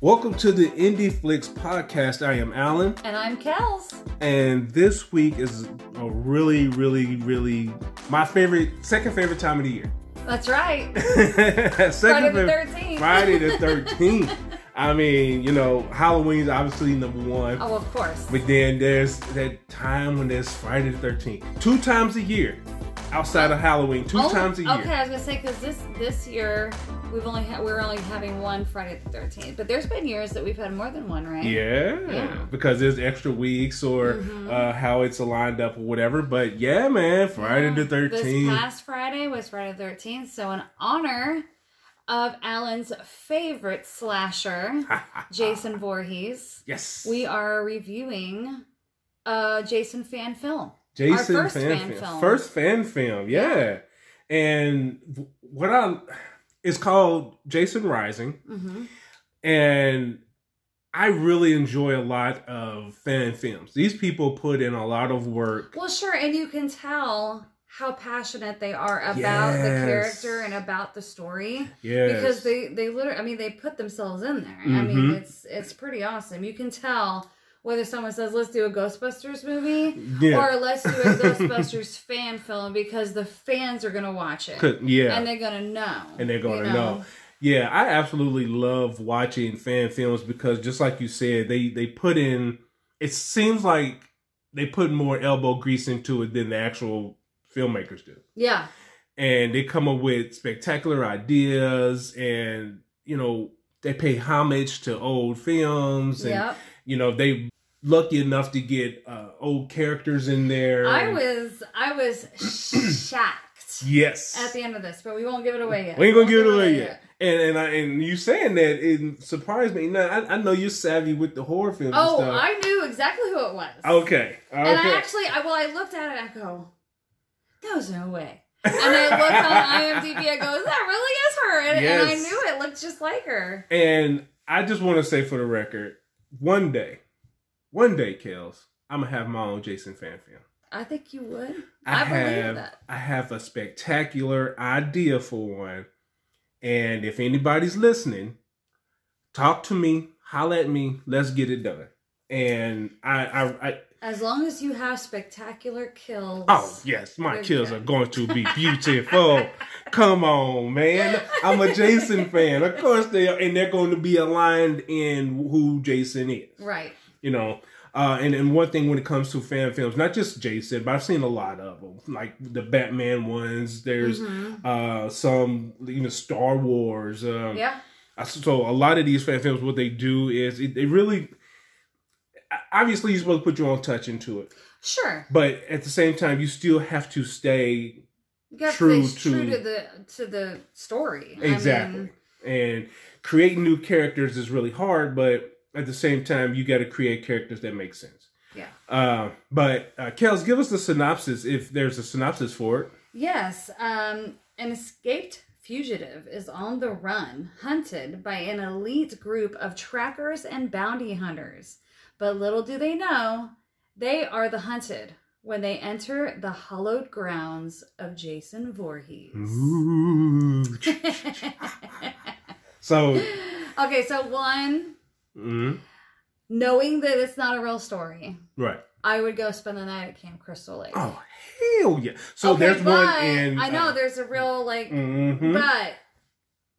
Welcome to the Indie Flicks podcast. I am Alan, And I'm Kels. and this week is a really, really, really my favorite, second favorite time of the year. That's right. second Friday the favorite- 13th. Friday the 13th. I mean, you know, Halloween's obviously number one. Oh, of course. But then there's that time when there's Friday the 13th. Two times a year outside of Halloween. Two Only- times a year. Oh, Okay, I was gonna say because this this year we've only ha- we're only having one Friday the Thirteenth, but there's been years that we've had more than one, right? Yeah, Yeah. Mm-hmm. because there's extra weeks or uh, how it's lined up or whatever. But yeah, man, Friday the This 13th. past Friday was Friday the Thirteenth, so in honor of Alan's favorite slasher, Jason Voorhees, Yes. we are reviewing a Jason fan film. Jason Our first fan, fan film. film. First fan film, yeah. And w- what I it's called Jason Rising, Mm-hmm. and I really enjoy a lot of fan films. These people put in a lot of work. Well, sure, and you can tell how passionate they are about Yes. the character and about the story Yes. because they they literally, I mean, they put themselves in there. I mean, Mhm. it's it's pretty awesome. You can tell whether someone says, "Let's do a Ghostbusters movie." yeah. Or let's do a Ghostbusters fan film because the fans are gonna watch it Could- yeah. and they're gonna know and they're going you to know. Yeah, I absolutely love watching fan films because just like you said, they they put in. It seems like they put more elbow grease into it than the actual filmmakers do, Yeah, and they come up with spectacular ideas, and you know they pay homage to old films, and yep. you know they lucky enough to get uh, old characters in there. I and- was I was shocked yes at the end of this, but we won't give it away yet. We ain't gonna give it Won't away yet. And and I, and you saying that it surprised me. Now I, I know you're savvy with the horror films. Oh, and stuff. I knew exactly who it was. okay, Oh, okay. And I actually, I well, I looked at it. and I go, "There's no way." And I looked on IMDb. I go, "That really is her," and, and I Yes. knew it looked just like her. And I just want to say for the record, one day, one day, Kels, I'm gonna have my own Jason fan film. I think you would. I, I believe have that. I have a spectacular idea for one. And if anybody's listening, talk to me, holla at me. Let's get it done. And I, I, I As long as you have spectacular kills. Oh yes, my There you kills go. are going to be beautiful. Come on, man. I'm a Jason fan. Of course they are, and they're going to be aligned in who Jason is. Right. You know. Uh, and, and one thing when it comes to fan films, not just Jason, but I've seen a lot of them, like the Batman ones. There's Mhm. uh, some even Star Wars. Um, Yeah. I- So a lot of these fan films, what they do is it, they really, obviously, you're supposed to put your own touch into it, Sure. but at the same time, you still have to stay You got to True stay true to- to the to the story. I Exactly. mean, and creating new characters is really hard, but at the same time, you got to create characters that make sense. Yeah. Uh, but uh, Kels, give us the synopsis if there's a synopsis for it. Yes, um, an escaped fugitive is on the run, hunted by an elite group of trackers and bounty hunters. But little do they know, they are the hunted when they enter the hallowed grounds of Jason Voorhees. so, okay, so one, mm, knowing that it's not a real story, right. I would go spend the night at Camp Crystal Lake. Oh, hell yeah. So Okay, there's one but in. uh, I know there's a real like, hmm but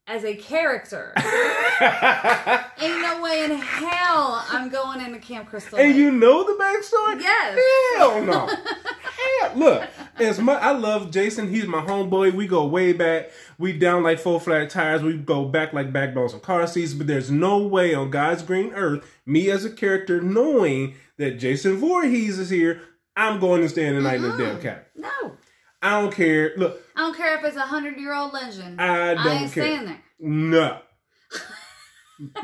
as a character. Ain't no way in hell I'm going into Camp Crystal. and Lake. you know the backstory? yes. Hell no. Hell, look, as my I love Jason, he's my homeboy. We go way back. We down like four flat tires. We go back like backbones and car seats. But there's no way on God's green earth, me as a character, knowing that Jason Voorhees is here, I'm going to stay the night in this damn cabin. No. I don't care. Look, I don't care if it's a hundred year old legend. I don't ain't care. staying there. No.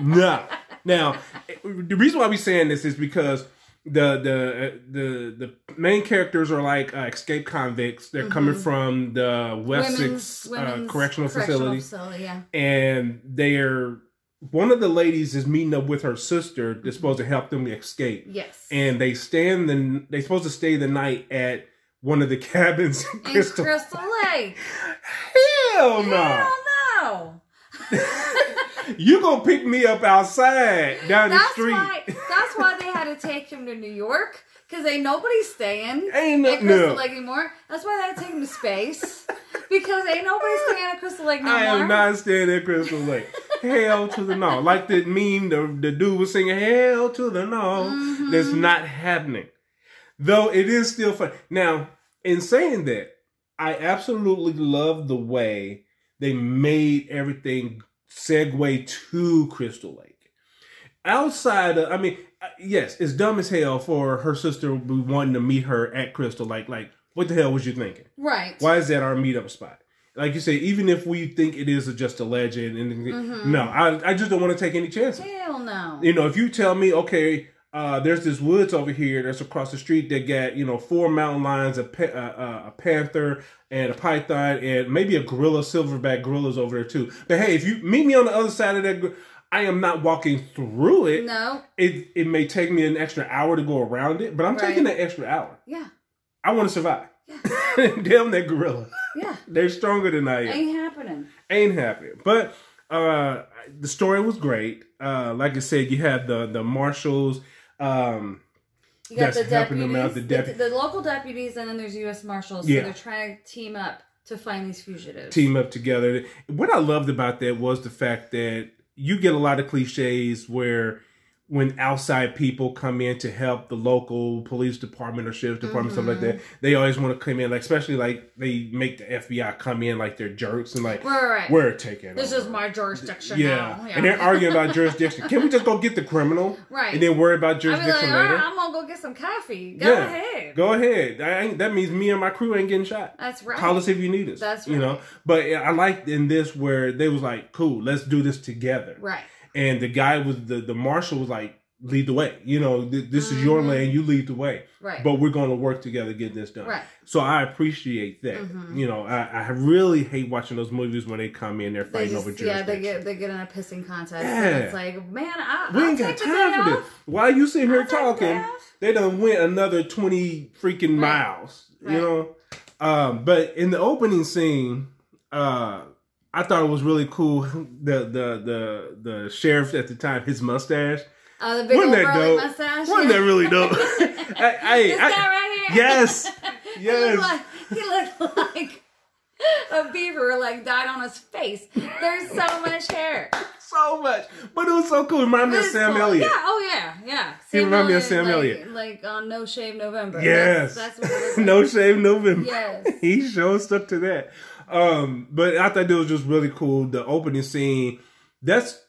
no. Now, the reason why we saying this is because the the the the main characters are like uh, escaped convicts. They're coming from the Wessex uh, Mm-hmm. correctional facility, yeah. and they're one of the ladies is meeting up with her sister that's supposed to help them escape. Yes. And they stand the they supposed to stay the night at one of the cabins in In Crystal. Crystal Lake. Hell no. Hell no. You gonna pick me up outside down the That's street? why. That's why they had to take him to New York because ain't nobody staying Ain't no- at Crystal no. Lake anymore. That's why they had to take him to space because ain't nobody staying at Crystal Lake no I more. am not staying at Crystal Lake. Hell to the no! Like the meme, the the dude was singing "Hell to the no." Mm-hmm. That's not happening. Though it is still fun. Now, in saying that, I absolutely love the way they made everything segue to Crystal Lake. Outside of, I mean, uh, yes, it's dumb as hell for her sister wanting to meet her at Crystal Lake. Like, what the hell was you thinking? Right. Why is that our meetup spot? Like you say, even if we think it is just a legend, and Mhm. no, I, I just don't want to take any chances. Hell no. You know, if you tell me, okay, uh, there's this woods over here that's across the street that got you know four mountain lions, a pa- uh, uh, a panther, and a python, and maybe a gorilla, silverback gorillas over there too. But hey, if you meet me on the other side of that, gr- I am not walking through it. no. It it may take me an extra hour to go around it, but I'm Right. taking that extra hour. Yeah. I want to survive. Yeah. Damn that gorilla. Yeah. They're stronger than I am. Ain't, Ain't happening. happening. But uh the story was great. Uh like I said, you had the the marshals. Um You got That's the helping deputies, them out, the the, deputy- the local deputies, and then there's U.S. Marshals. Yeah. So they're trying to team up to find these fugitives. team up together. What I loved about that was the fact that you get a lot of cliches where when outside people come in to help the local police department or sheriff's department, stuff like Mm-hmm. that, they always want to come in, like especially like they make the FBI come in like they're jerks and like Right, right. we're taking this over." is my jurisdiction yeah. now. and they're arguing about jurisdiction. Can we just go get the criminal, Right. And then worry about I'd be like, "Ah." jurisdiction all later. right, I'm gonna go get some coffee. Go Yeah. ahead. Go ahead. I ain't, that means me and my crew ain't getting shot. That's right. Call us if you need us. That's You know, right. but I liked in this where they was like, "Cool, let's do this together." Right. And the guy was the the marshal was like, "Lead the way." You know, th- this is your Mhm. lane. You lead the way. Right. But we're going to work together to get this done. Right. So I appreciate that. Mhm. You know, I, I really hate watching those movies when they come in, they're They fighting over just, yeah, jurisdiction. they get they get in a pissing contest. Yeah. And it's like, man, I, we I'll ain't got take the day time for off. this. While you sitting here I'll take the day talking, off. they done went another 20 freaking Right. miles you Right. know um but in the opening scene uh i thought it was really cool the the the the sheriff at the time his mustache Uh, the big Wasn't old that burly dope? mustache. wasn't yeah. that really dope I, I, This I- guy right here. yes He yes looked, like, he looked like a beaver, like died on his face. There's so much hair. so much but it was so cool it reminded me of This sam one- elliott Yeah, oh yeah, yeah. He reminded me of Sam like, Elliott. Like on No Shave November. yes That's, that's what it was like. no shave november Yes. he sure stuck to that. Um, but I thought it was just really cool. The opening scene, that's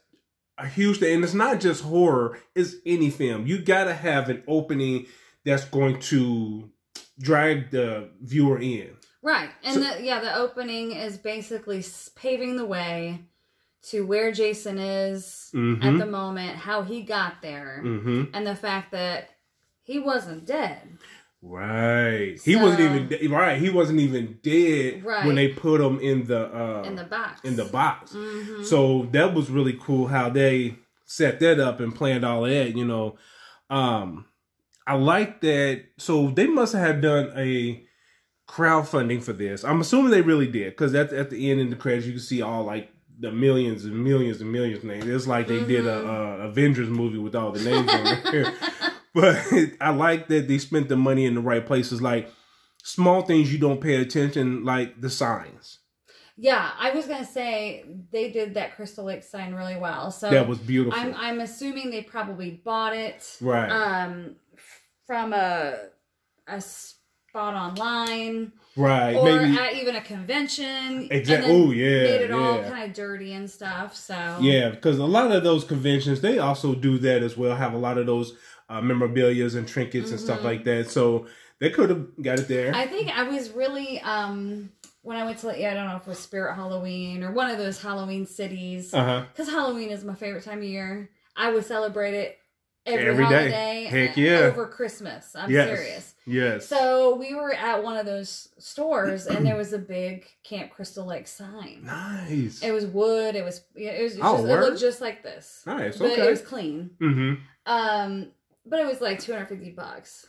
a huge thing. And it's not just horror, it's any film. You gotta have an opening that's going to drag the viewer in. Right. And So- the, yeah, the opening is basically s- paving the way to where Jason is at Mm-hmm. the moment, how he got there, mm-hmm. and the fact that he wasn't dead. Right. He So- wasn't even de- right, he wasn't even dead Right. when they put him in the uh in the box. in the box. Mhm. So that was really cool how they set that up and planned all of that, you know. Um I like that so they must have done a crowdfunding for this. I'm assuming they really did because at, at the end in the credits you can see all like the millions and millions and millions of names. It's like they did a, a Avengers movie with all the names on there. But I like that they spent the money in the right places like small things you don't pay attention like the signs. Yeah, I was gonna say they did that Crystal Lake sign really well. So that was beautiful. I'm I'm assuming they probably bought it right. um from a a spot online Right. or maybe at even a convention. exactly. and then Oh yeah. made it yeah. all kind of dirty and stuff. So yeah, because a lot of those conventions they also do that as well. Have a lot of those uh, memorabilia's and trinkets and stuff Mhm. like that. So they could have got it there. I think I was really um when I went to yeah I don't know if it was Spirit Halloween or one of those Halloween cities Uh huh. because Halloween is my favorite time of year. I would celebrate it every, Every day. holiday. Heck a- yeah. Over Christmas. I'm Yes. serious. Yes. So we were at one of those stores and there was a big Camp Crystal Lake sign. nice. It was wood. It was yeah, it was it's Oh, just, it word? looked just like this. nice. But it Okay. was clean. Mm-hmm. Um but it was like 250 bucks.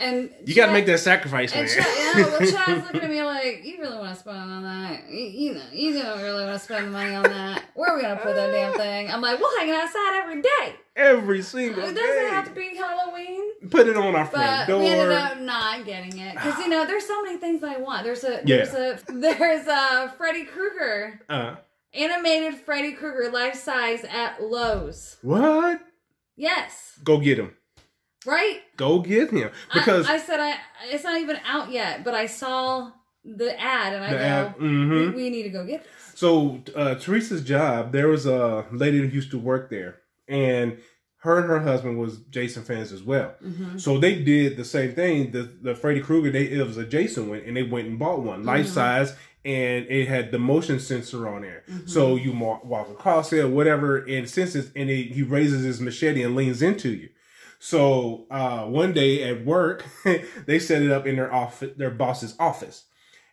And You got to Chad- make that sacrifice, man. And Chad, you know, well, Chad's looking at me like, you really want to spend on that? You, you know, you don't really want to spend the money on that. Where are we gonna put that Uh. damn thing? I'm like, we'll hang it outside every day. Every It single doesn't day. have to be Halloween. Put it on our front But we ended door. up not getting it because you know there's so many things I want. There's a Yeah. there's a there's a Freddy Krueger Uh, animated Freddy Krueger life size at Lowe's. what? Yes, Go get him. right? Go get him. I- Because I, said I it's not even out yet, but I saw the ad and I the go, ad. we, hmm we need to go get this. So uh, Teresa's job, there was a lady who used to work there, and her and her husband was Jason fans as well. Mm-hmm. So they did the same thing. The the Freddy Krueger, they it was a Jason one, and they went and bought one, life Mhm. size, and it had the motion sensor on there. So you mar- walk across it, or whatever, and senses, and it, he raises his machete and leans into you. So uh, one day at work, they set it up in their office, their boss's office,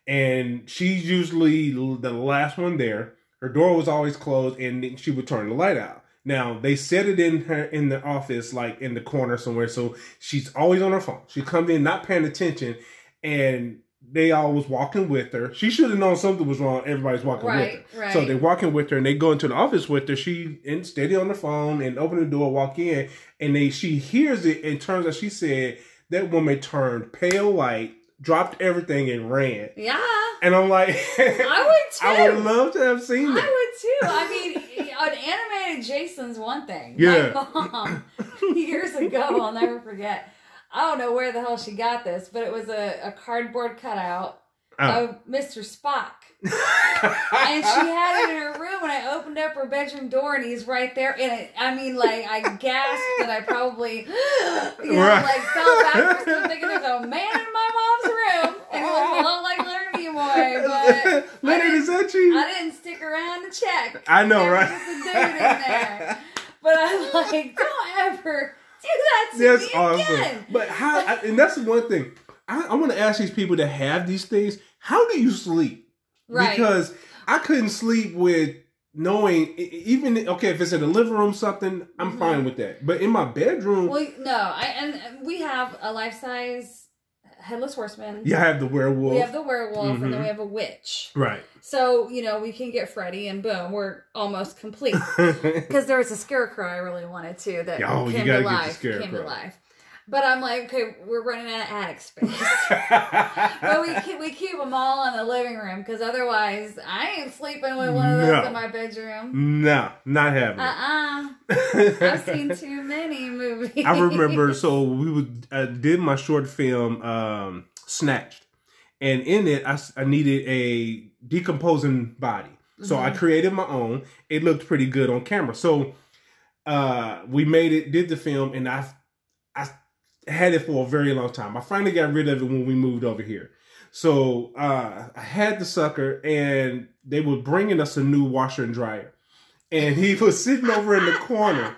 and she's usually l- the last one there. Her door was always closed, and then she would turn the light out. Now they set it in her in the office, like in the corner somewhere, so she's always on her phone. She comes in not paying attention, and they always walking with her. She should have known something was wrong. Everybody's walking with her. Right, right. So they walk in with her and they go into the office with her. She and steady on the phone and open the door, walk in, and they she hears it and turns out she said that woman turned pale white, dropped everything and ran. yeah, And I'm like, I would too. I would love to have seen that. I would too. I mean, an animated Jason's one thing. Yeah. My mom, years ago, I'll never forget. I don't know where the hell she got this, but it was a, a cardboard cutout Oh. of Mr. Spock. And she had it in her room, and I opened up her bedroom door, and he's right there. And it, I mean, like, I gasped, and I probably, you know, Right. like, fell backwards, and I'm thinking there's a man in my mom's room. And it was a lot like Leonard Nimoy, but. Leonard, is that you? I didn't stick around to check. I know, There right? was just a dude in there. But I'm like, don't ever do that to That's me awesome. again. But how? I, and that's the one thing I, I want to ask these people that have these things. How do you sleep? Right. Because I couldn't sleep with knowing e- e- even okay if it's in the living room something I'm Mhm. fine with that. But in my bedroom, well, no, I and we have a life size headless horseman. you have the werewolf, We have the werewolf, and Mhm. then we have a witch. right? So you know we can get Freddy, and boom, we're almost complete. because there was a scarecrow I really wanted to that Oh, you came gotta get the to life. Came to scarecrow. life. But I'm like, okay, we're running out of attic space. but we keep, we keep them all in the living room because otherwise I ain't sleeping with one of those No. Mm. in my bedroom. no, not Uh happening. uh-uh. uh. i have seen too many movies. I remember. So we would I did my short film um, snatched, and in it I, s- I needed a decomposing body. So I Mhm. created my own. It looked pretty good on camera. So uh, we made it, did the film, and I I had it for a very long time. I finally got rid of it when we moved over here. So uh, I had the sucker, and they were bringing us a new washer and dryer, and he was sitting over in the corner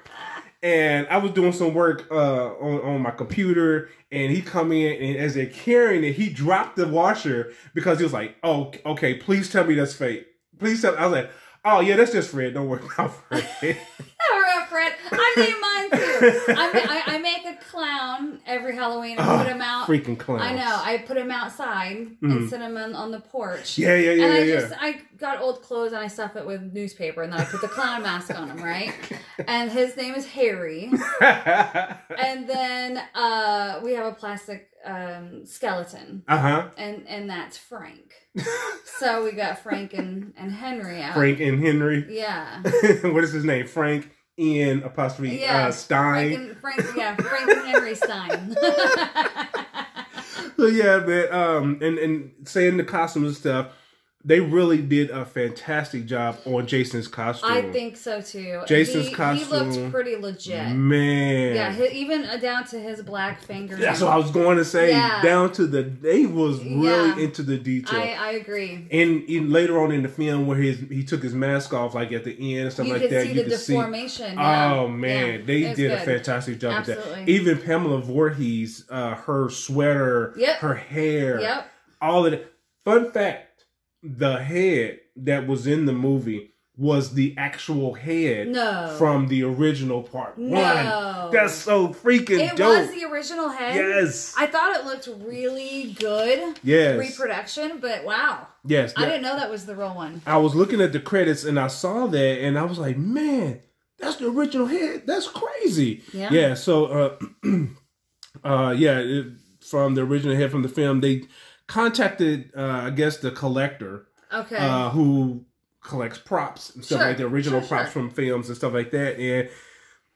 and I was doing some work uh, on on my computer, and he come in, and as they're carrying it, he dropped the washer because he was like, "Oh, okay, please tell me that's fake. Please tell." I was like, "Oh yeah, that's just Fred. Don't worry about Fred." Never up, Fred. I need mine too. I, ma- I, I make a clown every Halloween. I Ah, put him out. Freaking clowns. I know. I put him outside Mhm. and sit him on, on the porch. Yeah, yeah, yeah, and I yeah. just I got old clothes and I stuff it with newspaper and then I put the clown mask on him, right? And his name is Harry. yeah. And then uh we have a plastic um skeleton uh huh. and and that's Frank. So we got Frank and and Henry out. Frank and Henry. Yeah. what is his name? Frank N apostrophe Yeah, uh, Stein. Frank and Frank yeah, Frank and Henry Stein. So Oh, yeah, but um, and and saying the costumes and stuff, they really did a fantastic job on Jason's costume. I think so too. Jason's he, He costume. Mm. looked pretty legit. man, Yeah, hi even uh, down to his black fingers. that's what I was going to say. Yeah. Down to the, they was really Yeah. into the detail. I, I agree. and in, later on in the film, where his he took his mask off, like at the end, something you like could that, see you the could see. deformation. Oh man, they did a fantastic job with that. Absolutely. Even Pamela Voorhees, uh, her sweater, Yep. her hair, Yep. all of that. Fun fact: the head that was in the movie was the actual head No. from the original part No. one. That's so freaking It dope. was the original head. yes. I thought it looked really good yes. reproduction, but wow. yes. I that- didn't know that was the real one. I was looking at the credits and I saw that and I was like, man, that's the original head. That's crazy. Yeah. Yeah. So, uh, uh, yeah, it, from the original head from the film, they contacted, uh, I guess, the collector Okay. uh, who collects props and stuff Sure, like the original sure, props sure. from films and stuff like that. And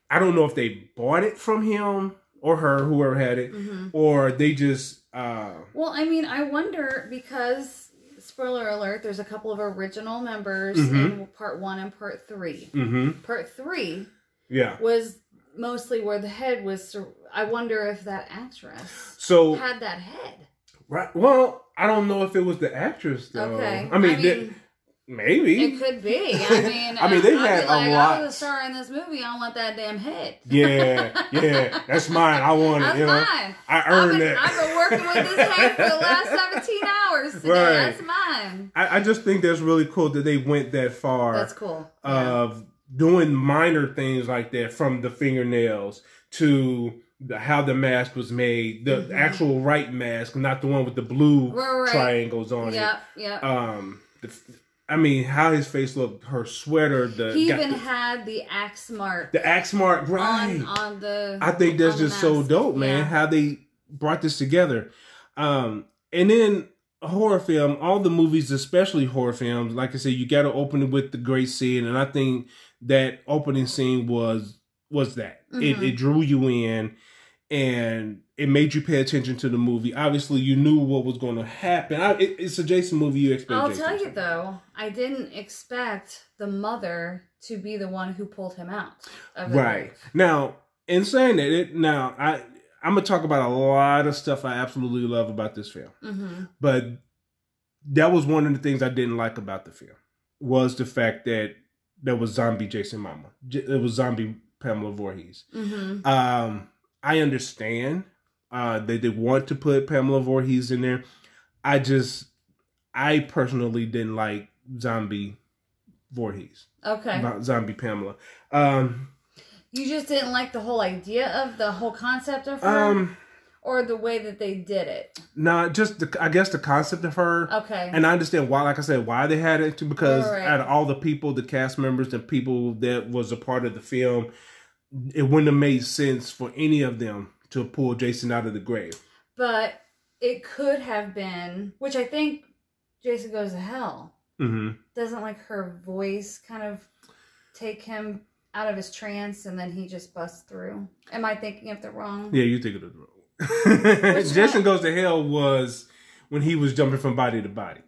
I don't know if they bought it from him or her, whoever had it, Mhm. or they just. Uh, Well, I mean, I wonder because spoiler alert, there's a couple of original members Mhm. in part 1 and part 3. hmm Part 3 Yeah. was mostly where the head was sur- I wonder if that actress So had that head. Right. Well, I don't know if it was the actress though. Okay. I mean, that- maybe. It could be. I mean, I mean, they've had a like, I lot. was a star in this movie. I want that damn head. yeah, yeah. That's mine. I want it. That's You know, mine. I I've earned been, that. I've been working with this head for the last seventeen hours today. Right. That's mine. I, I just think that's really cool that they went that far That's cool. uh, Yeah. of doing minor things like that, from the fingernails to the, how the mask was made, the Mhm. actual right mask, not the one with the blue Right, right. triangles on Yep, it. yep. Um, the, I mean, how his face looked, her sweater, the he got even the, had the axe mark the axe mark, right? on on the. I think that's on the just so mask. dope, man, Yeah. how they brought this together. Um, and then a horror film, all the movies, especially horror films, like I said, you got to open it with the great scene, and I think that opening scene was was that Mhm. it, it drew you in and it made you pay attention to the movie. Obviously, you knew what was going to happen. I, it, it's a Jason movie. You expect. I'll Jason tell you to- though, I didn't expect the mother to be the one who pulled him out. Of the Right grave. now, in saying that, it now I I'm gonna talk about a lot of stuff I absolutely love about this film. Mhm. but that was one of the things I didn't like about the film was the fact that there was zombie Jason Mama. J- It was zombie Pamela Voorhees. Mhm. Um, I understand uh, that they want to put Pamela Voorhees in there. I just, I personally didn't like zombie Voorhees, Okay. about zombie Pamela. Um, You just didn't like the whole idea of the whole concept of her, um, or the way that they did it. nah, just the, I guess the concept of her. Okay. And I understand why, like I said, why they had it too, because Right. out of all the people, the cast members, the people that was a part of the film, it wouldn't have made sense for any of them to pull Jason out of the grave. but it could have been, which I think Jason goes to hell. hmm Doesn't like her voice kind of take him out of his trance, and then he just busts through. Am I thinking of the wrong? Yeah, you think it was Which Jason one? Goes to Hell was when he was jumping from body to body.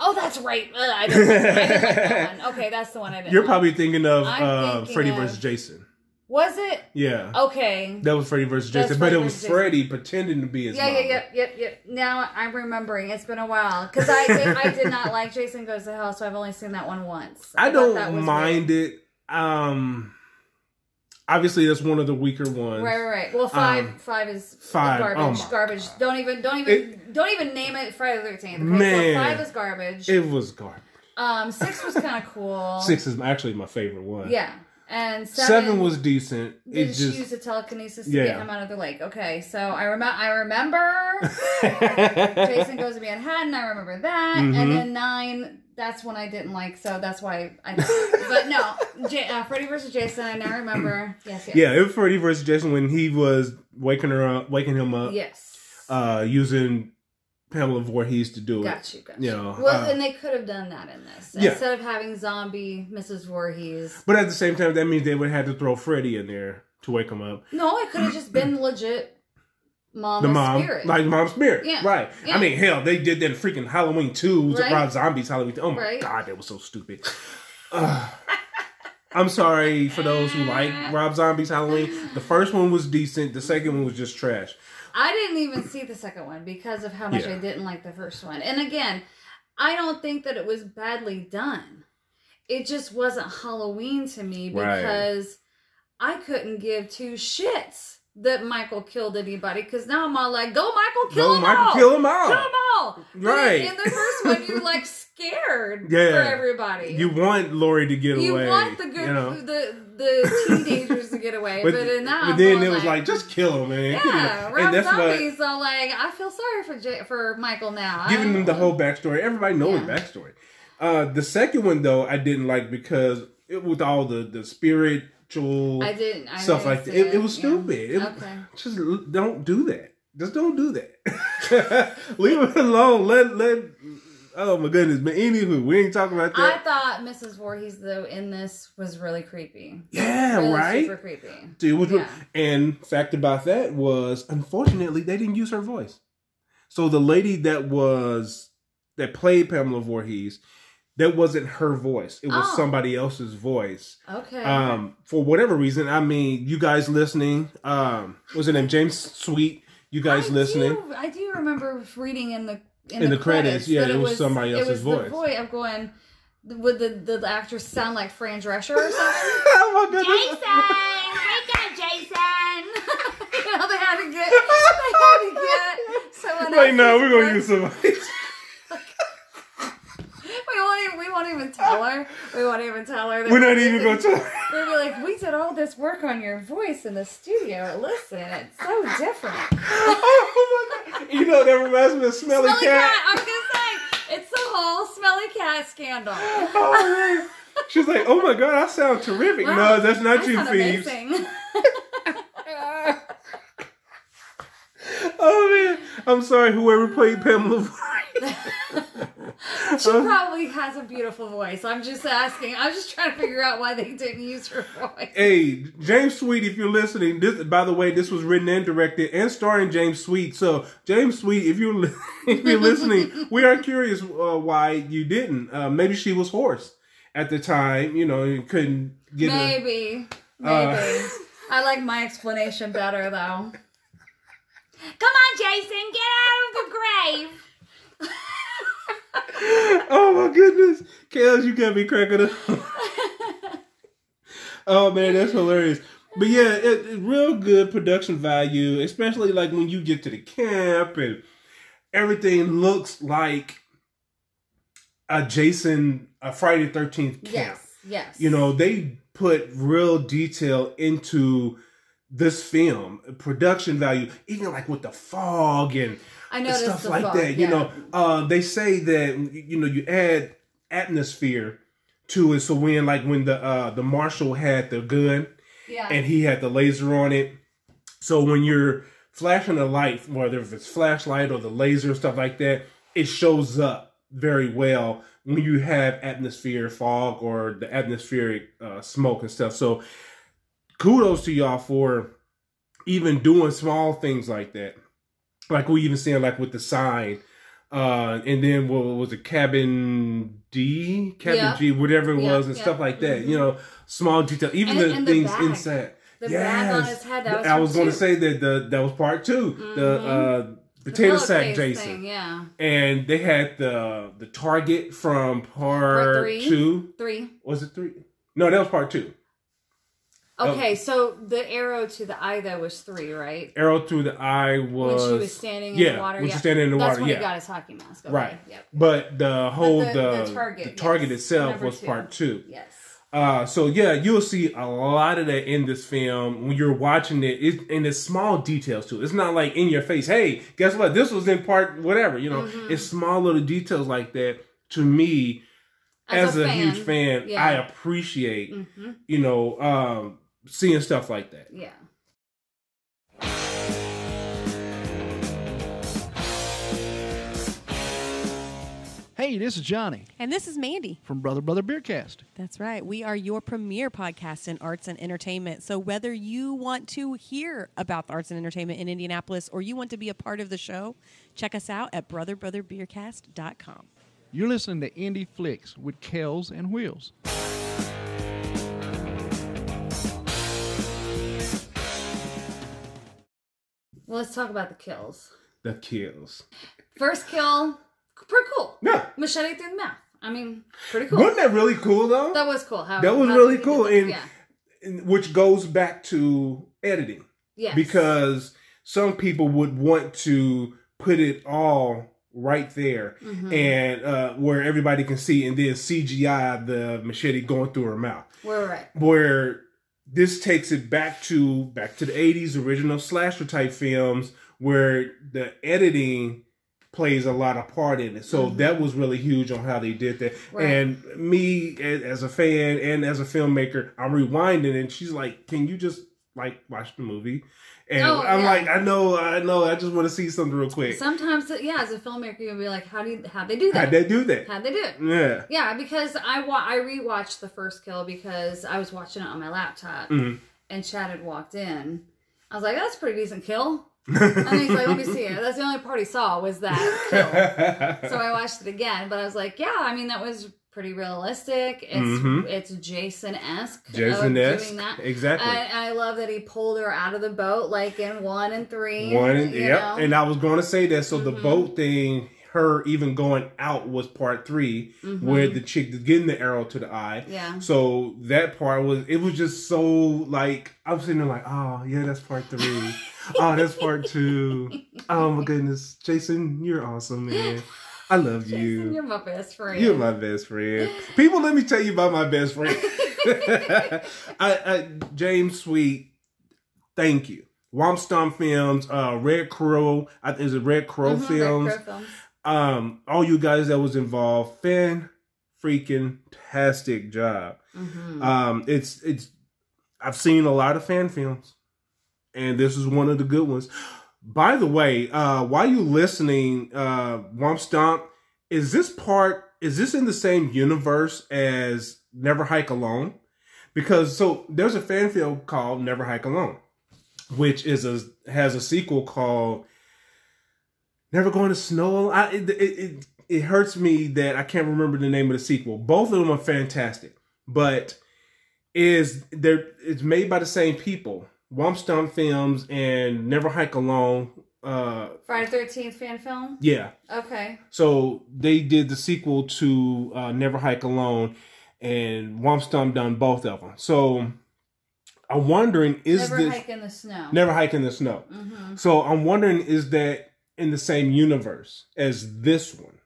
Oh, that's right. Ugh, I didn't like that one. Okay, that's the one I didn't. You're like. probably thinking of I'm uh, thinking Freddy of- versus Jason. was it Yeah. okay? That was Freddy versus That's Jason, but Freddy it was versus Jason. Freddy pretending to be his Yeah, yeah, mama. yep, yep, yep. Now I'm remembering. It's been a while because I did, I did not like Jason Goes to Hell, so I've only seen that one once. I thought that don't was mind it. Um, obviously, that's one of the weirker weird. ones. Right, right, right. Well, five, Um, five is five. garbage. Oh my garbage. God. Don't even, don't even, don't even name it Friday the Thirteenth. Okay, Man. so five is garbage. It was garbage. um, six was kind of cool. Six is actually my favorite one. yeah, and Seven, seven, was decent. It Did she just use the telekinesis to Yeah. get him out of the lake? Okay, so I remember. I remember. Jason goes to Manhattan. I remember that, Mhm. and then nine. That's when I didn't like, so that's why I. but no, J- uh, Freddy versus Jason. I now remember. Yes, yes, Yeah, it was Freddy versus Jason when he was waking her up, waking him up, yes. uh, using Pamela Voorhees to do it. got you, got you you. know, well, uh, and they could have done that in this Yeah. instead of having zombie Mrs. Voorhees. But at the same time, that means they would have to throw Freddy in there to wake him up. No, it could have just been legit mom the with mom, spirit. like mom spirit, Yeah. right? I Yeah. mean, hell, they did that in freaking Halloween two Right. about zombies. Halloween, 2. oh my Right. god, that was so stupid. Ugh. I'm sorry for those who like Rob Zombie's Halloween. The first one was decent. The second one was just trash. I didn't even see the second one because of how much Yeah. I didn't like the first one. And again, I don't think that it was badly done. It just wasn't Halloween to me Right. because I couldn't give two shits that Michael killed anybody because now I'm all like, go Michael, kill Go, them Michael, all. kill them all. Kill 'em all. But Right. in the first one, you're like scared Yeah. for everybody. You want Lori to get You away. want the good, you know? the the teenagers to get away, but, in that, but I'm then going it was like, just kill him, man. You yeah, know, Rob and that's why Zombie's all like, I feel sorry for J- for Michael now. giving I- them the whole backstory. Everybody know his Yeah. backstory. Uh, the second one though, I didn't like because it, with all the the spiritual I didn't I stuff didn't like that, see it, it was yeah. stupid. It- Okay. Just l- don't do that. Just don't do that. Leave it alone. Let let. Oh my goodness. But anywho, we ain't talking about I that. thought Mrs. Voorhees though in this was really creepy. yeah, Really right. Super creepy. Dude, which Yeah. and fact about that was unfortunately they didn't use her voice. So the lady that was that played Pamela Voorhees, that wasn't her voice. It was Oh. somebody else's voice. Okay. Um, for whatever reason, I mean, you guys listening, um, was it name James Sweet? You guys I listening? Do, I do remember reading in the in, In the, the credits, credits. yeah, that it was somebody else's it was The voice. voice of going. Would the, the the actress sound like Fran Drescher or something? oh my goodness! Jason, wake up, Jason. you know, they had to get, they had to get someone. Right now, we're gonna use else's somebody. voice. We won't even. We won't even tell her. We won't even tell her. that we're not we even did going it. to. They'd be like, we did all this work on your voice in the studio. Listen, it's so different. oh my god! You know that reminds me of Smelly, Smelly Cat. cat. I'm gonna say it's the whole smelly cat scandal. Oh, man. She's like, oh my god, I sound terrific. Wow, no, that's not I you, sound Phoebes. amazing. Oh man, I'm sorry, whoever played Pamela. Uh, Voorhees. She probably has a beautiful voice. I'm just asking. I'm just trying to figure out why they didn't use her voice. hey, James Sweet, if you're listening, this by the way, this was written and directed and starring James Sweet. So James Sweet, if you're li- if you're listening, we are curious uh, why you didn't. Uh, maybe she was hoarse at the time, you know, and couldn't get. her- Maybe. Maybe. Uh. I like my explanation better though. Come on, Jason, get out of the grave. oh my goodness, Kels, you got me cracking up. oh man, that's hilarious. But yeah, it, it- real good production value, especially like when you get to the camp and everything looks like a Jason, a Friday Thirteenth camp. Yes. Yes. You know, they put real detail into this film production value even like with the fog and I and noticed stuff the like fog, that. yeah. You know, uh, they say that you know you add atmosphere to it. So when like when the uh, the marshal had the gun Yeah. and he had the laser on it, so when you're flashing a light, whether if it's flashlight or the laser stuff like that, it shows up very well when you have atmosphere fog or the atmospheric uh, smoke and stuff. So kudos to y'all for even doing small things like that. Like we even seen like with the sign. Uh, and then what was it, cabin D, cabin Yeah. G, whatever it Yeah, was, and yeah. stuff like that. Mhm. You know, small detail, even And- the and the things bag. inside. the bag on yes. his head. That was I from was going to two. Mm-hmm. say that the that was part 2 The uh, The potato pillowcase sack thing, Jason, Yeah. and they had the the target from part, three? two. Three. Was it three? No, that was part two. Oh. Okay, so the arrow to the eye though was three, right? Arrow through the eye was. when she was standing yeah, in the water. when yeah. she's standing in the That's water, when yeah. he got his hockey mask. Okay. Right. Yep. but the whole the- the, the target, yes. itself Number was two. part two. Yes. Uh, so yeah, you'll see a lot of that in this film when you're watching it. It and it's small details too. It's not like in your face. Hey, guess what? This was in part whatever. You know, it's small little details like that. To me, as, a, huge fan, Mm-hmm. yeah. I appreciate hmm you know um, seeing stuff like that. Yeah. Hey, this is Johnny And this is Mandy. from Brother Brother Beercast. That's right. We are your premier podcast in arts and entertainment. So, whether you want to hear about the arts and entertainment in Indianapolis or you want to be a part of the show, check us out at brotherbrotherbeercast.com. You're listening to Indie Flicks with Kells and Wheels. Well, let's talk about the kills. The kills. First kill, pretty cool. Yeah, Machete through the mouth. I mean, pretty cool. wasn't that really cool though? that was cool. How That was how really they did cool, that. and- yeah. which goes back to editing. Yes. because some people would want to put it all right there Mhm. and uh, where everybody can see and then CGI the machete going through her mouth we're right. where this takes it back to back to the 80s original slasher type films where the editing plays a lot of part in it so Mhm. that was really huge on how they did that Right. and me a- as a fan and as a filmmaker i'm rewinding and she's like can you just like watch the movie and Oh, i'm yeah. like i know i know i just want to see something real quick Sometimes, yeah, as a filmmaker, you'll be like, how do you, how they do that? how'd they do that How'd they do it? yeah Yeah, because I wa- I rewatched the first kill because I was watching it on my laptop, Mhm. and Chad had walked in. I was like, "That's a pretty decent kill." And he's like, "Let me see it." That's the only part he saw was that kill. so I watched it again, but I was like, "Yeah, I mean, that was pretty realistic. It's Mhm. it's Jason esque. jason s exactly I, I love that he pulled her out of the boat like in one and three. One, and, you yep. know? And I was going to say that. So the Mhm. boat thing, her even going out was part 3 Mhm. where the chick is getting the arrow to the eye. yeah. So that part was, it was just so like, I'm sitting there like, oh, yeah, that's part three. oh, that's part two. Oh, my goodness. Jason, you're awesome, man. I love you. Jason, you're my best friend. You're my best friend. People, let me tell you about my best friend. I, I, James Sweet, thank you. Wompstomp Films, uh, Red Crow, I, is it Red Crow Mhm, Red Films? Crow films. Um, all you guys that was involved, fan freaking tastic job. Mhm. Um, it's it's I've seen a lot of fan films, and this is one of the good ones. By the way, uh, while you listening, uh, Womp Stomp, is this part? Is this in the same universe as Never Hike Alone? Because so there's a fan film called Never Hike Alone, which is a has a sequel called Never Going to Snow. I, it, it, it it hurts me that I can't remember the name of the sequel. Both of them are fantastic, but is there it's made by the same people. Womp Stomp Films and Never Hike Alone. Uh, Friday Thirteenth fan film. yeah, Okay. so they did the sequel to uh, Never Hike Alone, and Womp Stomp done both of them. So I'm wondering is Never this hike in the snow. Never Hike in the Snow? hmm So I'm wondering is that in the same universe as this one?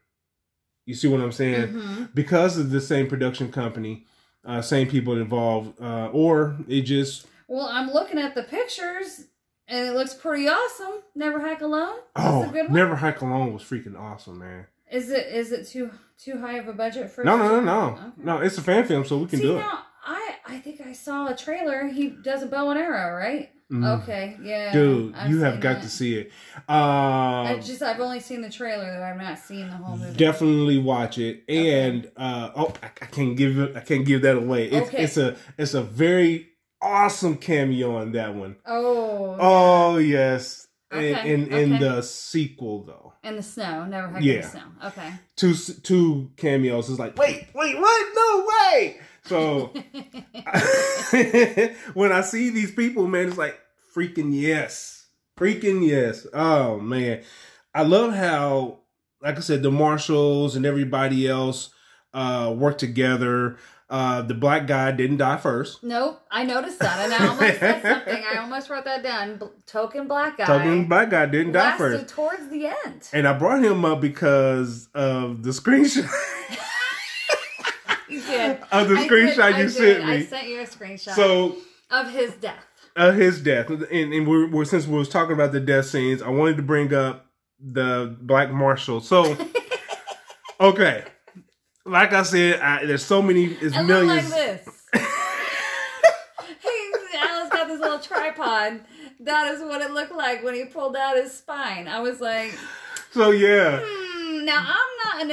You see what I'm saying? hmm Because of the same production company, uh, same people involved, uh, or it just Well, I'm looking at the pictures, and it looks pretty awesome. Never hike alone. That's a oh good one. Never Hike Alone was freaking awesome, man. Is it is it too too high of a budget for? No, no, no, no, Okay. no. It's a fan film, so we can See do it. now, I I think I saw a trailer. He does a bow and arrow, right? Mm. Okay, yeah. Dude, I've you have seen got it. to see it. I Um, just I've only seen the trailer. That I've not seen the whole movie. definitely watch it. Okay. And uh, oh, I, I can't give it. I can't give that away. It's, Okay. it's a it's a very awesome cameo on that one. Oh. Oh yes, Okay, in in, in okay. the sequel though. In the snow. Never hike in Yeah. the snow. Okay. Two s- two cameos is like wait wait what no way. So when I see these people, man, it's like freaking yes, freaking yes. Oh man, I love how, like I said, the marshals and everybody else uh work together. Uh The black guy didn't die first. Nope, I noticed that, and I almost said something. I almost wrote that down. B- token black guy. Talking black guy didn't die lasted first, towards the end. and I brought him up because of the screenshot. You did. of the I screenshot did, I you did. sent me. I sent you a screenshot so of his death. of his death, and, and we're, we're since we was talking about the death scenes, I wanted to bring up the Black Marshal. So, okay, like I said, I, there's so many, it's It looked like millions. this. He- Alice got this little tripod. That is what it looked like when he pulled out his spine. I was like, so yeah, hmm, now I'm not an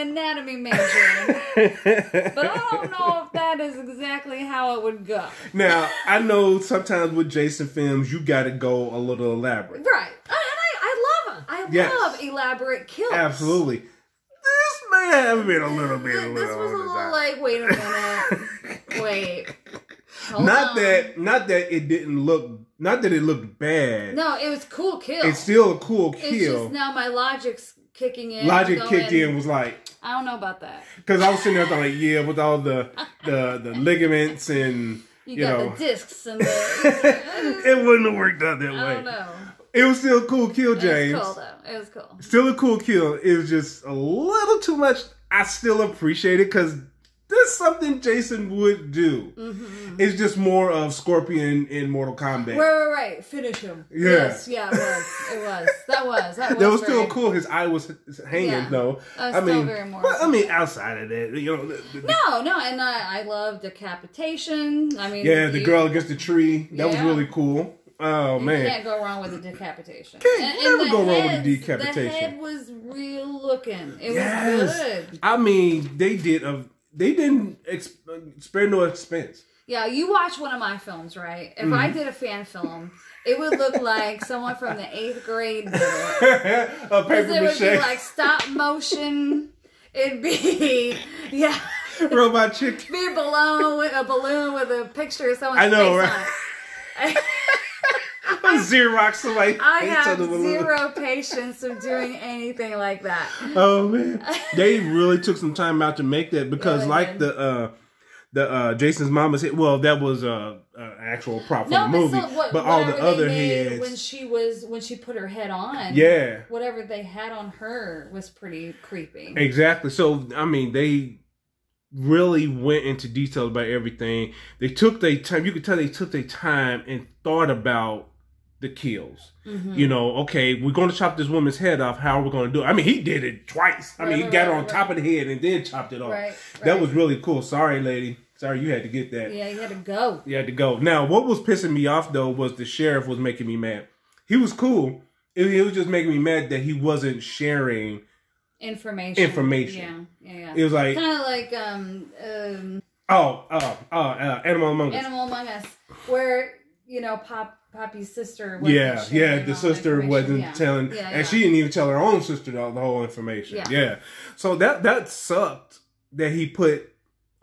anatomy major, but I don't know if that is exactly how it would go. now I know sometimes with Jason films, you got to go a little elaborate. Right. And I, I love I Yes. love elaborate kills. Absolutely, this may have been a little bit. Th- This was a over the little top. like, wait a minute. wait. Hold not on. that, not that it didn't look, not that it looked bad. No, it was cool kill. It's still a cool kill. It's just now my logic's kicking in. Logic going, kicked in was like, I don't know about that. because I was sitting there thinking, like, yeah, with all the the the ligaments and You, You got know. the discs and the. it wouldn't have worked out that I don't way. know. It was still a cool kill, It James. was cool though. It was cool. Still a cool kill. It was just a little too much. I still appreciate it because that's something Jason would do. Mm-hmm. It's just more of Scorpion in Mortal Kombat. Right, right, right. Finish him. Yeah. Yes, yeah, it was. It was. That was. That was, that was very- still cool. His eye was hanging Yeah. though. That was I still mean, very Mortal well, I mean, outside of that, you know. The, the- No, no, and I, I love decapitation. I mean, yeah, the you- girl against the tree. That was Yeah. really cool. Oh You man. can't go wrong with the decapitation. Can't never the go wrong with heads- decapitation. The head was real looking. It was Yes. good. I mean, they did a. They didn't ex- spare no expense. Yeah, you watch one of my films, right? If Mm. I did a fan film, it would look like someone from the eighth grade did it. a Because paper it would be mache like stop motion. It'd be yeah, robot chick. be a balloon with a balloon with a picture of someone's I know, face right? on it. Xerox somebody. I face have on the balloon. zero patience of doing anything like that. Oh man, they really took some time out to make that because, Really like did. the uh, the uh, Jason's mama said, well, that was uh, uh, actual prop for No, the but movie, still, what, but all the whatever they other made when heads, she was when she put her head on, yeah, whatever they had on her was pretty creepy. exactly. So I mean, they really went into detail about everything. They took their time. You could tell they took their time and thought about the kills. Mm-hmm. You know, okay, we're going to chop this woman's head off. How are we going to do it? I mean, he did it twice. I mean, Right, he right, got right, on right. top of the head and then chopped it off. Right, That right. was really cool. Sorry, lady. Sorry, you had to get that. Yeah, you had to go. You had to go. Now, what was pissing me off though was the sheriff was making me mad. He was cool. It, it was just making me mad that he wasn't sharing. Information. Information. Yeah, yeah, yeah. It was like, kind of like um, um oh, oh, oh, uh, Animal Among Us. Animal Among Us, where you know Pop Poppy's sister. wasn't Yeah, sharing yeah. all The sister information. wasn't Yeah. telling, Yeah, and yeah. she didn't even tell her own sister all the whole information. Yeah. Yeah. So that that sucked that he put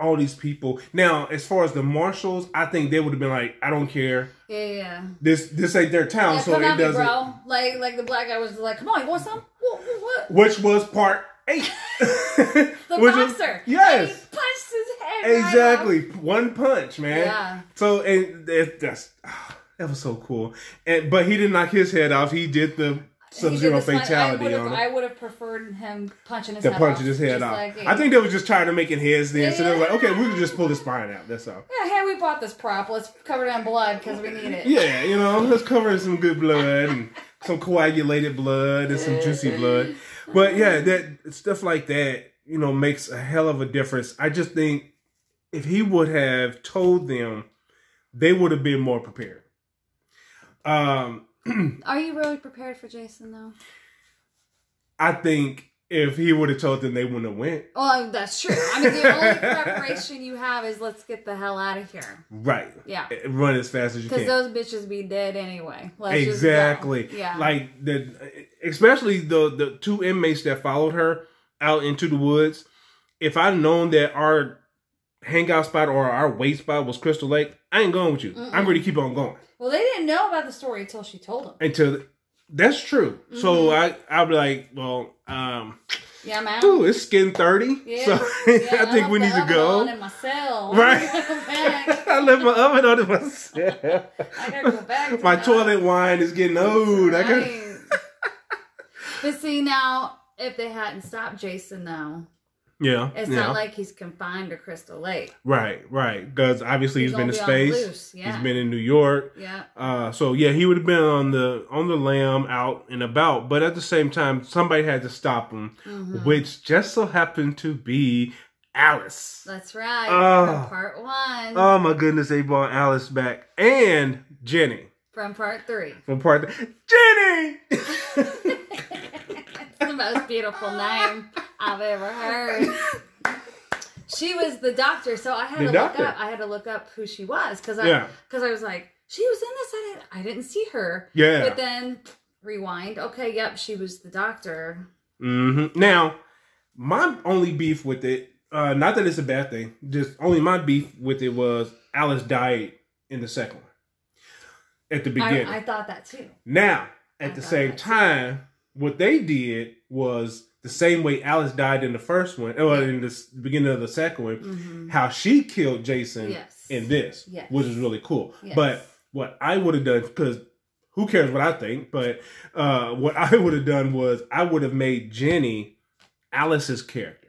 all these people. Now, as far as the marshals, I think they would have been like, I don't care. Yeah, yeah. This this ain't their town, yeah so come it at me, doesn't. bro. Like, like the black guy was like, "Come on, you want some? What? What? what? Which was part eight. The Which was- boxer. And he yes. punched his head. right Exactly. One punch, man. Yeah. So and that, that's ah, that was so cool. And but he didn't knock his head off. He did the off. He sub did zero the slide- I fatality would've- on I it. would have preferred him punching his That head punches off, his head just off. like, yeah. I think they were just tired of making heads then, so they were like, okay, Yeah. we can just pull his spine out. That's all. "Oh, Yeah, hey, we bought this prop. Let's cover it in blood because we need it. Yeah, you know, let's cover some good blood and some coagulated blood and some juicy blood. But yeah, that stuff like that, you know, makes a hell of a difference. I just think if he would have told them, they would have been more prepared. Um, Are you really prepared for Jason though? I think if he would have told them, they wouldn't have went. Well, that's true. I mean, the only preparation you have is let's get the hell out of here. Right. Yeah. Run as fast as you Because can. those bitches be dead anyway. Let's just go. exactly. Yeah. Like the especially the the two inmates that followed her out into the woods. If I'd known that our hangout spot or our wait spot was Crystal Lake, I ain't going with you. I'm going to keep on going well, they didn't know about the story until she told them. until that's true. So I Mm-hmm. I'd be like, well, um, Yeah, man. ooh, it's skin thirty, Yeah. so Yeah, I think we left need the to oven on go. In my cell. Right. I gotta go back. I left my oven on to myself. I gotta go back. My tonight. toilet wine is getting old. I got Right. but see now, if they hadn't stopped Jason though, yeah. it's yeah. not like he's confined to Crystal Lake. Right, right. Because obviously He's he's been in gonna be on the space. loose, yeah. He's been in New York. Yeah. Uh, so yeah, he would have been on the on the lam, out and about. But at the same time, somebody had to stop him, Mm-hmm. which just so happened to be Alice. That's right. Ah. from part one. Oh my goodness, they brought Alice back and Jenny from part three. from part. Jenny. the most beautiful name I've ever heard. She was the doctor, so I had The to doctor. look up. I had to look up who she was because I Yeah. because I was like, she was in this. I didn't, I didn't see her. Yeah. But then rewind. Okay, yep, she was the doctor. hmm Now, my only beef with it, uh, not that it's a bad thing, just only my beef with it was Alice died in the second one at the beginning. I, I thought that too. now, at I the thought same that too. time, what they did was the same way Alice Mm-hmm. died in the first one, or in the s- beginning of the second one, how she killed Jason Yes. in this, Yes. which is really cool. Yes. But what I would have done, because who cares what I think, but uh, what I would have done was I would have made Jenny Alice's character.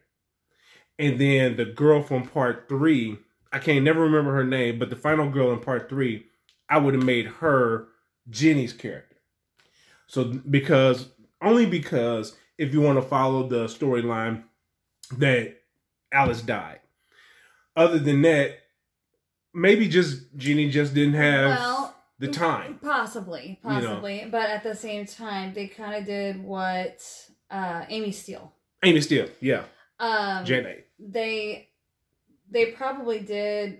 And then the girl from part three, I can't never remember her name, but the final girl in part three, I would have made her Jenny's character. So, because only because if you want to follow the storyline that Alice died. Other than that, maybe just Jenny just didn't have Well, the time. Possibly, You know. possibly. But at the same time, they kind of did what uh, Amy Steele. Amy Steele, yeah, Um, Jenny. they they probably did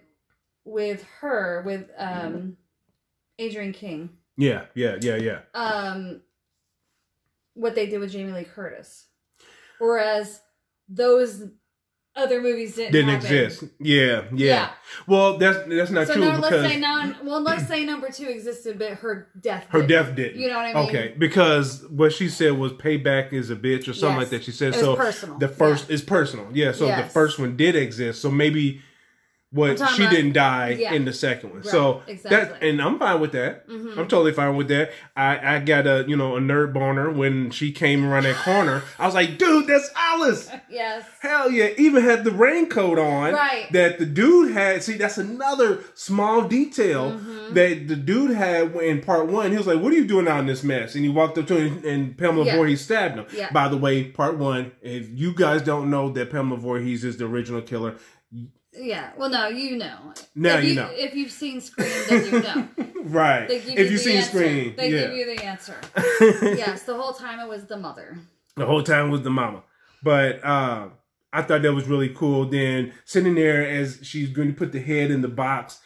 with her with um, Adrian King. Yeah, yeah, yeah, yeah. um what they did with Jamie Lee Curtis. Whereas those other movies didn't Didn't happen. exist. Yeah, yeah, Well, that's that's not So true now because let's say now well let's say number two existed but her death her didn't. death didn't. You know what I mean? Okay, because what she said was payback is a bitch or something Yes. like that. She said It was so. personal. The first is personal. Yeah, so the Yes. first one did exist. So maybe I'm what talking she about- didn't die yeah. in the second one. Right, So that exactly. and I'm fine with that. Mhm. I'm totally fine with that. I, I got a you know a nerd boner when she came around that corner. I was like, dude, that's Alice. Yes. Hell yeah! Even had the raincoat on Right. that the dude had. See, that's another small detail Mm-hmm. that the dude had in part one. He was like, "What are you doing out in this mess?" And he walked up to him, and Pamela Yeah. Voorhees stabbed him. Yeah. By the way, part one. If you guys don't know that Pamela Voorhees is the original killer, Yeah. Well no, you know. Now if you know. If you've seen Scream then you know. right? They If give you you've the seen answer. Scream, They yeah. give you the answer. yes, the whole time it was the mother. the whole time was the mama. But uh, I thought that was really cool. Then sitting there as she's going to put the head in the box,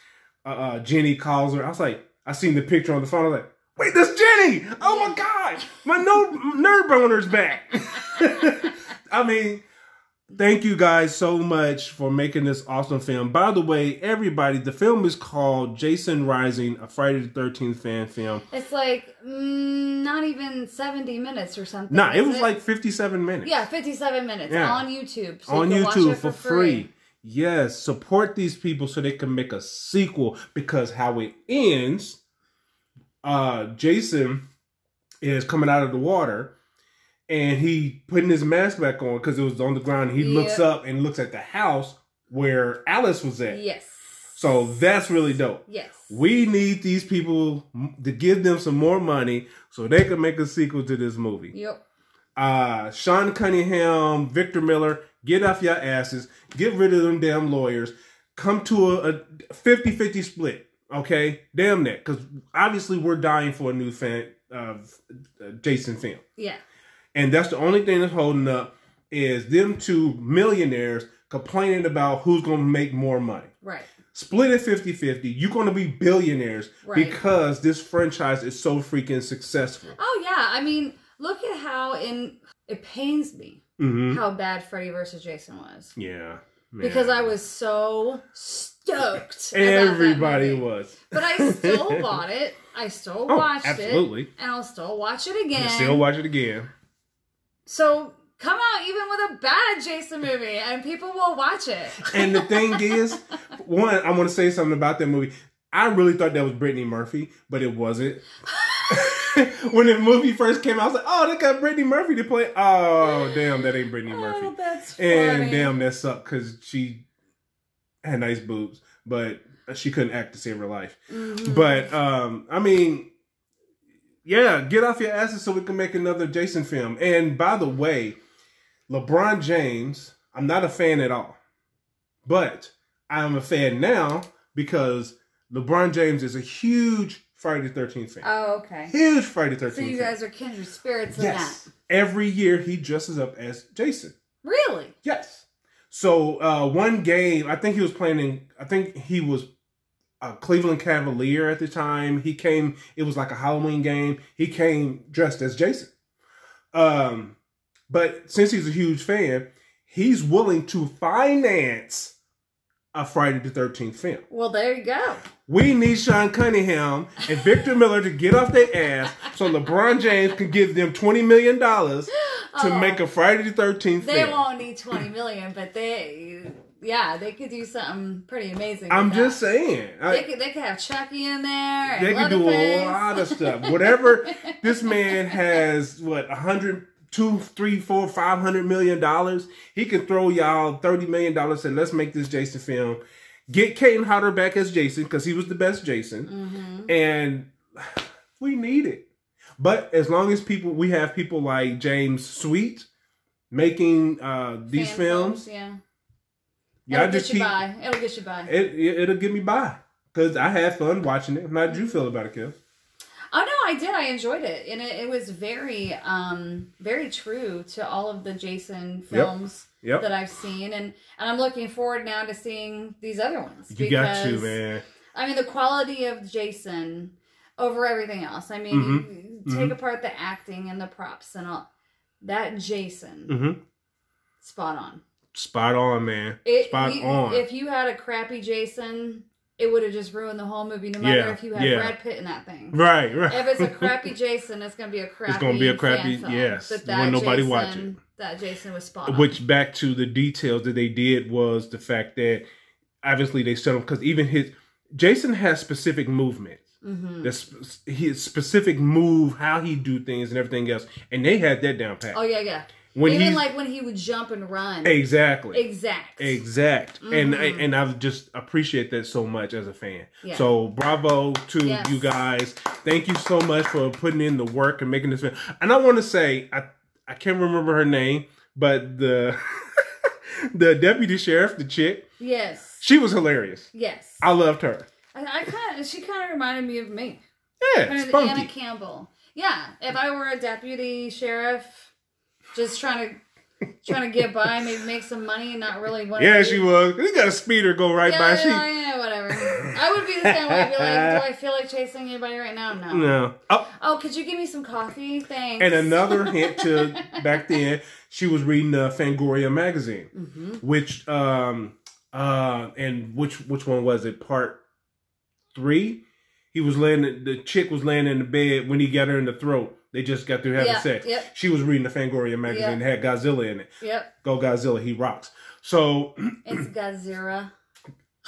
uh, uh, Jenny calls her. I was like, I seen the picture on the phone. I was like, wait, that's Jenny! Oh my god, my no nerd boner's back. I mean. Thank you guys so much for making this awesome film. By the way, everybody, the film is called Jason Rising, a Friday the 13th fan film. It's like mm, not even seventy minutes or something. Nah, it is was like 57 minutes. Yeah, 57 minutes Yeah. on YouTube. So on you can watch YouTube it for, free. Yes, support these people so they can make a sequel because how it ends, uh Jason is coming out of the water and he putting his mask back on because it was on the ground. He looks Yep. up and looks at the house where Alice was at. Yes. So that's really dope. Yes. We need these people m- to give them some more money so they can make a sequel to this movie Yep. uh, Sean Cunningham, Victor Miller, get off your asses, get rid of them damn lawyers, come to a, a 50 50 split, okay? Damn that, because obviously we're dying for a new fan, uh, uh, Jason film. Yeah. And that's the only thing that's holding up is them two millionaires complaining about who's going to make more money. Right. Split it 50 50. You're going to be billionaires Right. because this franchise is so freaking successful. Oh, yeah. I mean, look at how in it pains me hmm how bad Freddy versus Jason was Yeah. because Yeah. I was so stoked. about that Everybody movie. was. But I still bought it. I still Oh, watched it. absolutely. And I'll still watch it You again. still watch it again. so come out even with a bad Jason movie and people will watch it. And the thing is, one, I want to say something about that movie. I really thought that was Brittany Murphy, but it wasn't. when the movie first came out, I was like, oh, they got Brittany Murphy to play. Oh, damn, that ain't Brittany Oh, Murphy. that's funny. And damn, that sucked because she had nice boobs, but she couldn't act to save her life. Mhm. But um, I mean, yeah, get off your asses so we can make another Jason film. And by the way, LeBron James, I'm not a fan at all, but I am a fan now because LeBron James is a huge Friday the 13th fan. Oh, okay. huge Friday the 13th. So you fan. guys are kindred spirits in yes. that. Every year he dresses up as Jason. Really? Yes. So uh, one game, I think he was playing in. I think he was a Cleveland Cavalier at the time. He came. It was like a Halloween game. He came dressed as Jason. Um, but since he's a huge fan, he's willing to finance a Friday the Thirteenth film. Well, there you go. We need Sean Cunningham and Victor Miller to get off their ass so LeBron James can give them twenty million dollars to Oh. make a Friday the Thirteenth They film. won't need 20 million, but they yeah, they could do something pretty amazing. I'm with that. just saying. I- They could, they could have Chucky in there. They and can do a Leatherface. lot of stuff. Whatever this man has, what a hundred, two, three, four, five hundred million dollars, he can throw y'all thirty million dollars and let's make this Jason film. Get Kane Hodder back as Jason because he was the best Jason, Mm-hmm. and we need it. But as long as people, we have people like James Sweet making uh, these Fan films. Yeah. Y'all It'll just get you keep by. It'll get you by. it, it. It'll get me by because I had fun watching it. How did you feel about it, Kev? Oh no, I did. I enjoyed it, and it, it was very, um, very true to all of the Jason films Yep. that I've seen, and and I'm looking forward now to seeing these other ones. You got to, because, man. I mean, the quality of Jason over everything else. I mean, Mm-hmm. you take apart the acting and the props and all that. Jason, Mhm. spot on. Spot on, man. It, Spot you- on. If you had a crappy Jason, it would have just ruined the whole movie. No matter Yeah, if you had yeah. Brad Pitt in that thing, right, right. if it's a crappy Jason, it's gonna be a crappy. gonna be a fan crappy- film. yes, But when nobody Jason, watch it. That Jason was spot on. Which back to the details that they did was the fact that obviously they set him because even his Jason has specific movements. Mhm. That's sp- his specific move, how he do things and everything else, and they had that down pat. Oh yeah, yeah. When Even he's- like when he would jump and run. Exactly. exact. Exact. And I, and I just appreciate that so much as a fan. Mm-hmm. Yeah. So bravo to Yes. you guys. Thank you so much for putting in the work and making this film. And I want to say I I can't remember her name, but the the deputy sheriff, the chick, Yes. she was hilarious. Yes. I loved her. I, I kind of. She kind of reminded me of me. Kind Yeah, of the Anna spunky. Campbell. Yeah. If I were a deputy sheriff, just trying to. Trying to get by, maybe make some money, and not really want. Yeah, to she was. You got a speeder go right Yeah, by. yeah, She yeah, whatever. I would be the same way. I'd be like, do I feel like chasing anybody right now? No. no. Oh, Oh, could you give me some coffee? Thanks. And another hint to back then, she was reading uh, Fangoria magazine, Mm-hmm. which um uh and which which one was it? Part three. He was laying. The chick was laying in the bed when he got her in the throat. They just got through having Yeah, sex. yep. She was reading the Fangoria magazine. It had Godzilla in it. Yep. Go Godzilla, he rocks. So It's Godzilla.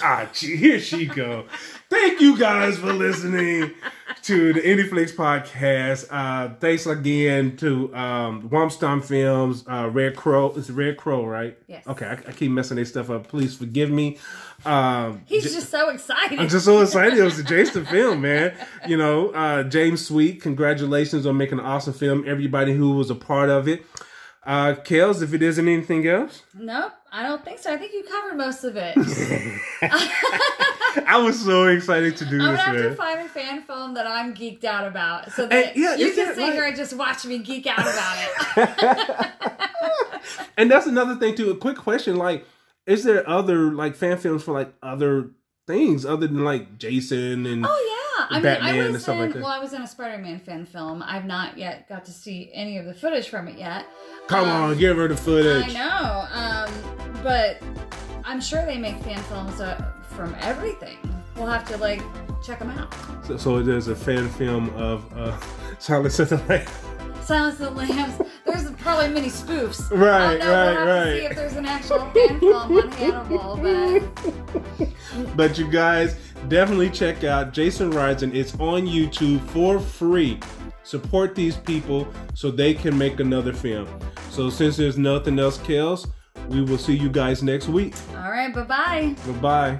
Ah, gee, here she go. Thank you guys for listening to the Indie Flix podcast. Uh, thanks again to um, Wompstomp Films, uh, Red Crow. It's Red Crow, right? Yes. Okay, I, I keep messing their stuff up. Please forgive me. Um, He's just so excited. I'm just so excited. It was a Jason film, man. You know, uh, James Sweet, congratulations on making an awesome film. Everybody who was a part of it. Uh, Kels, if it isn't anything else, nope, I don't think so. I think you covered most of it. I was so excited to do I'm gonna this, have man. to find a fan film that I'm geeked out about, so Hey, that yeah, you is can it sit like- here and just watch me geek out about it. And that's another thing too. A quick question: like, is there other like fan films for like other things other than like Jason and? Oh yeah, I Batman mean, I and was stuff in like that. well, I was in a Spider-Man fan film. I've not yet got to see any of the footage from it yet. Come on, give her the footage. I know, um, but I'm sure they make fan films uh, from everything. We'll have to like check them out. So, so there's a fan film of uh, Silence of the Lambs. Silence of the Lambs. There's probably many spoofs. Right, I don't know, we'll right, have To see right. if there's an actual fan film on Hannibal, but But you guys definitely check out Jason Rides and it's on YouTube for free. Support these people so they can make another film. So since there's nothing else, Kels, we will see you guys next week. all right, bye bye. Goodbye.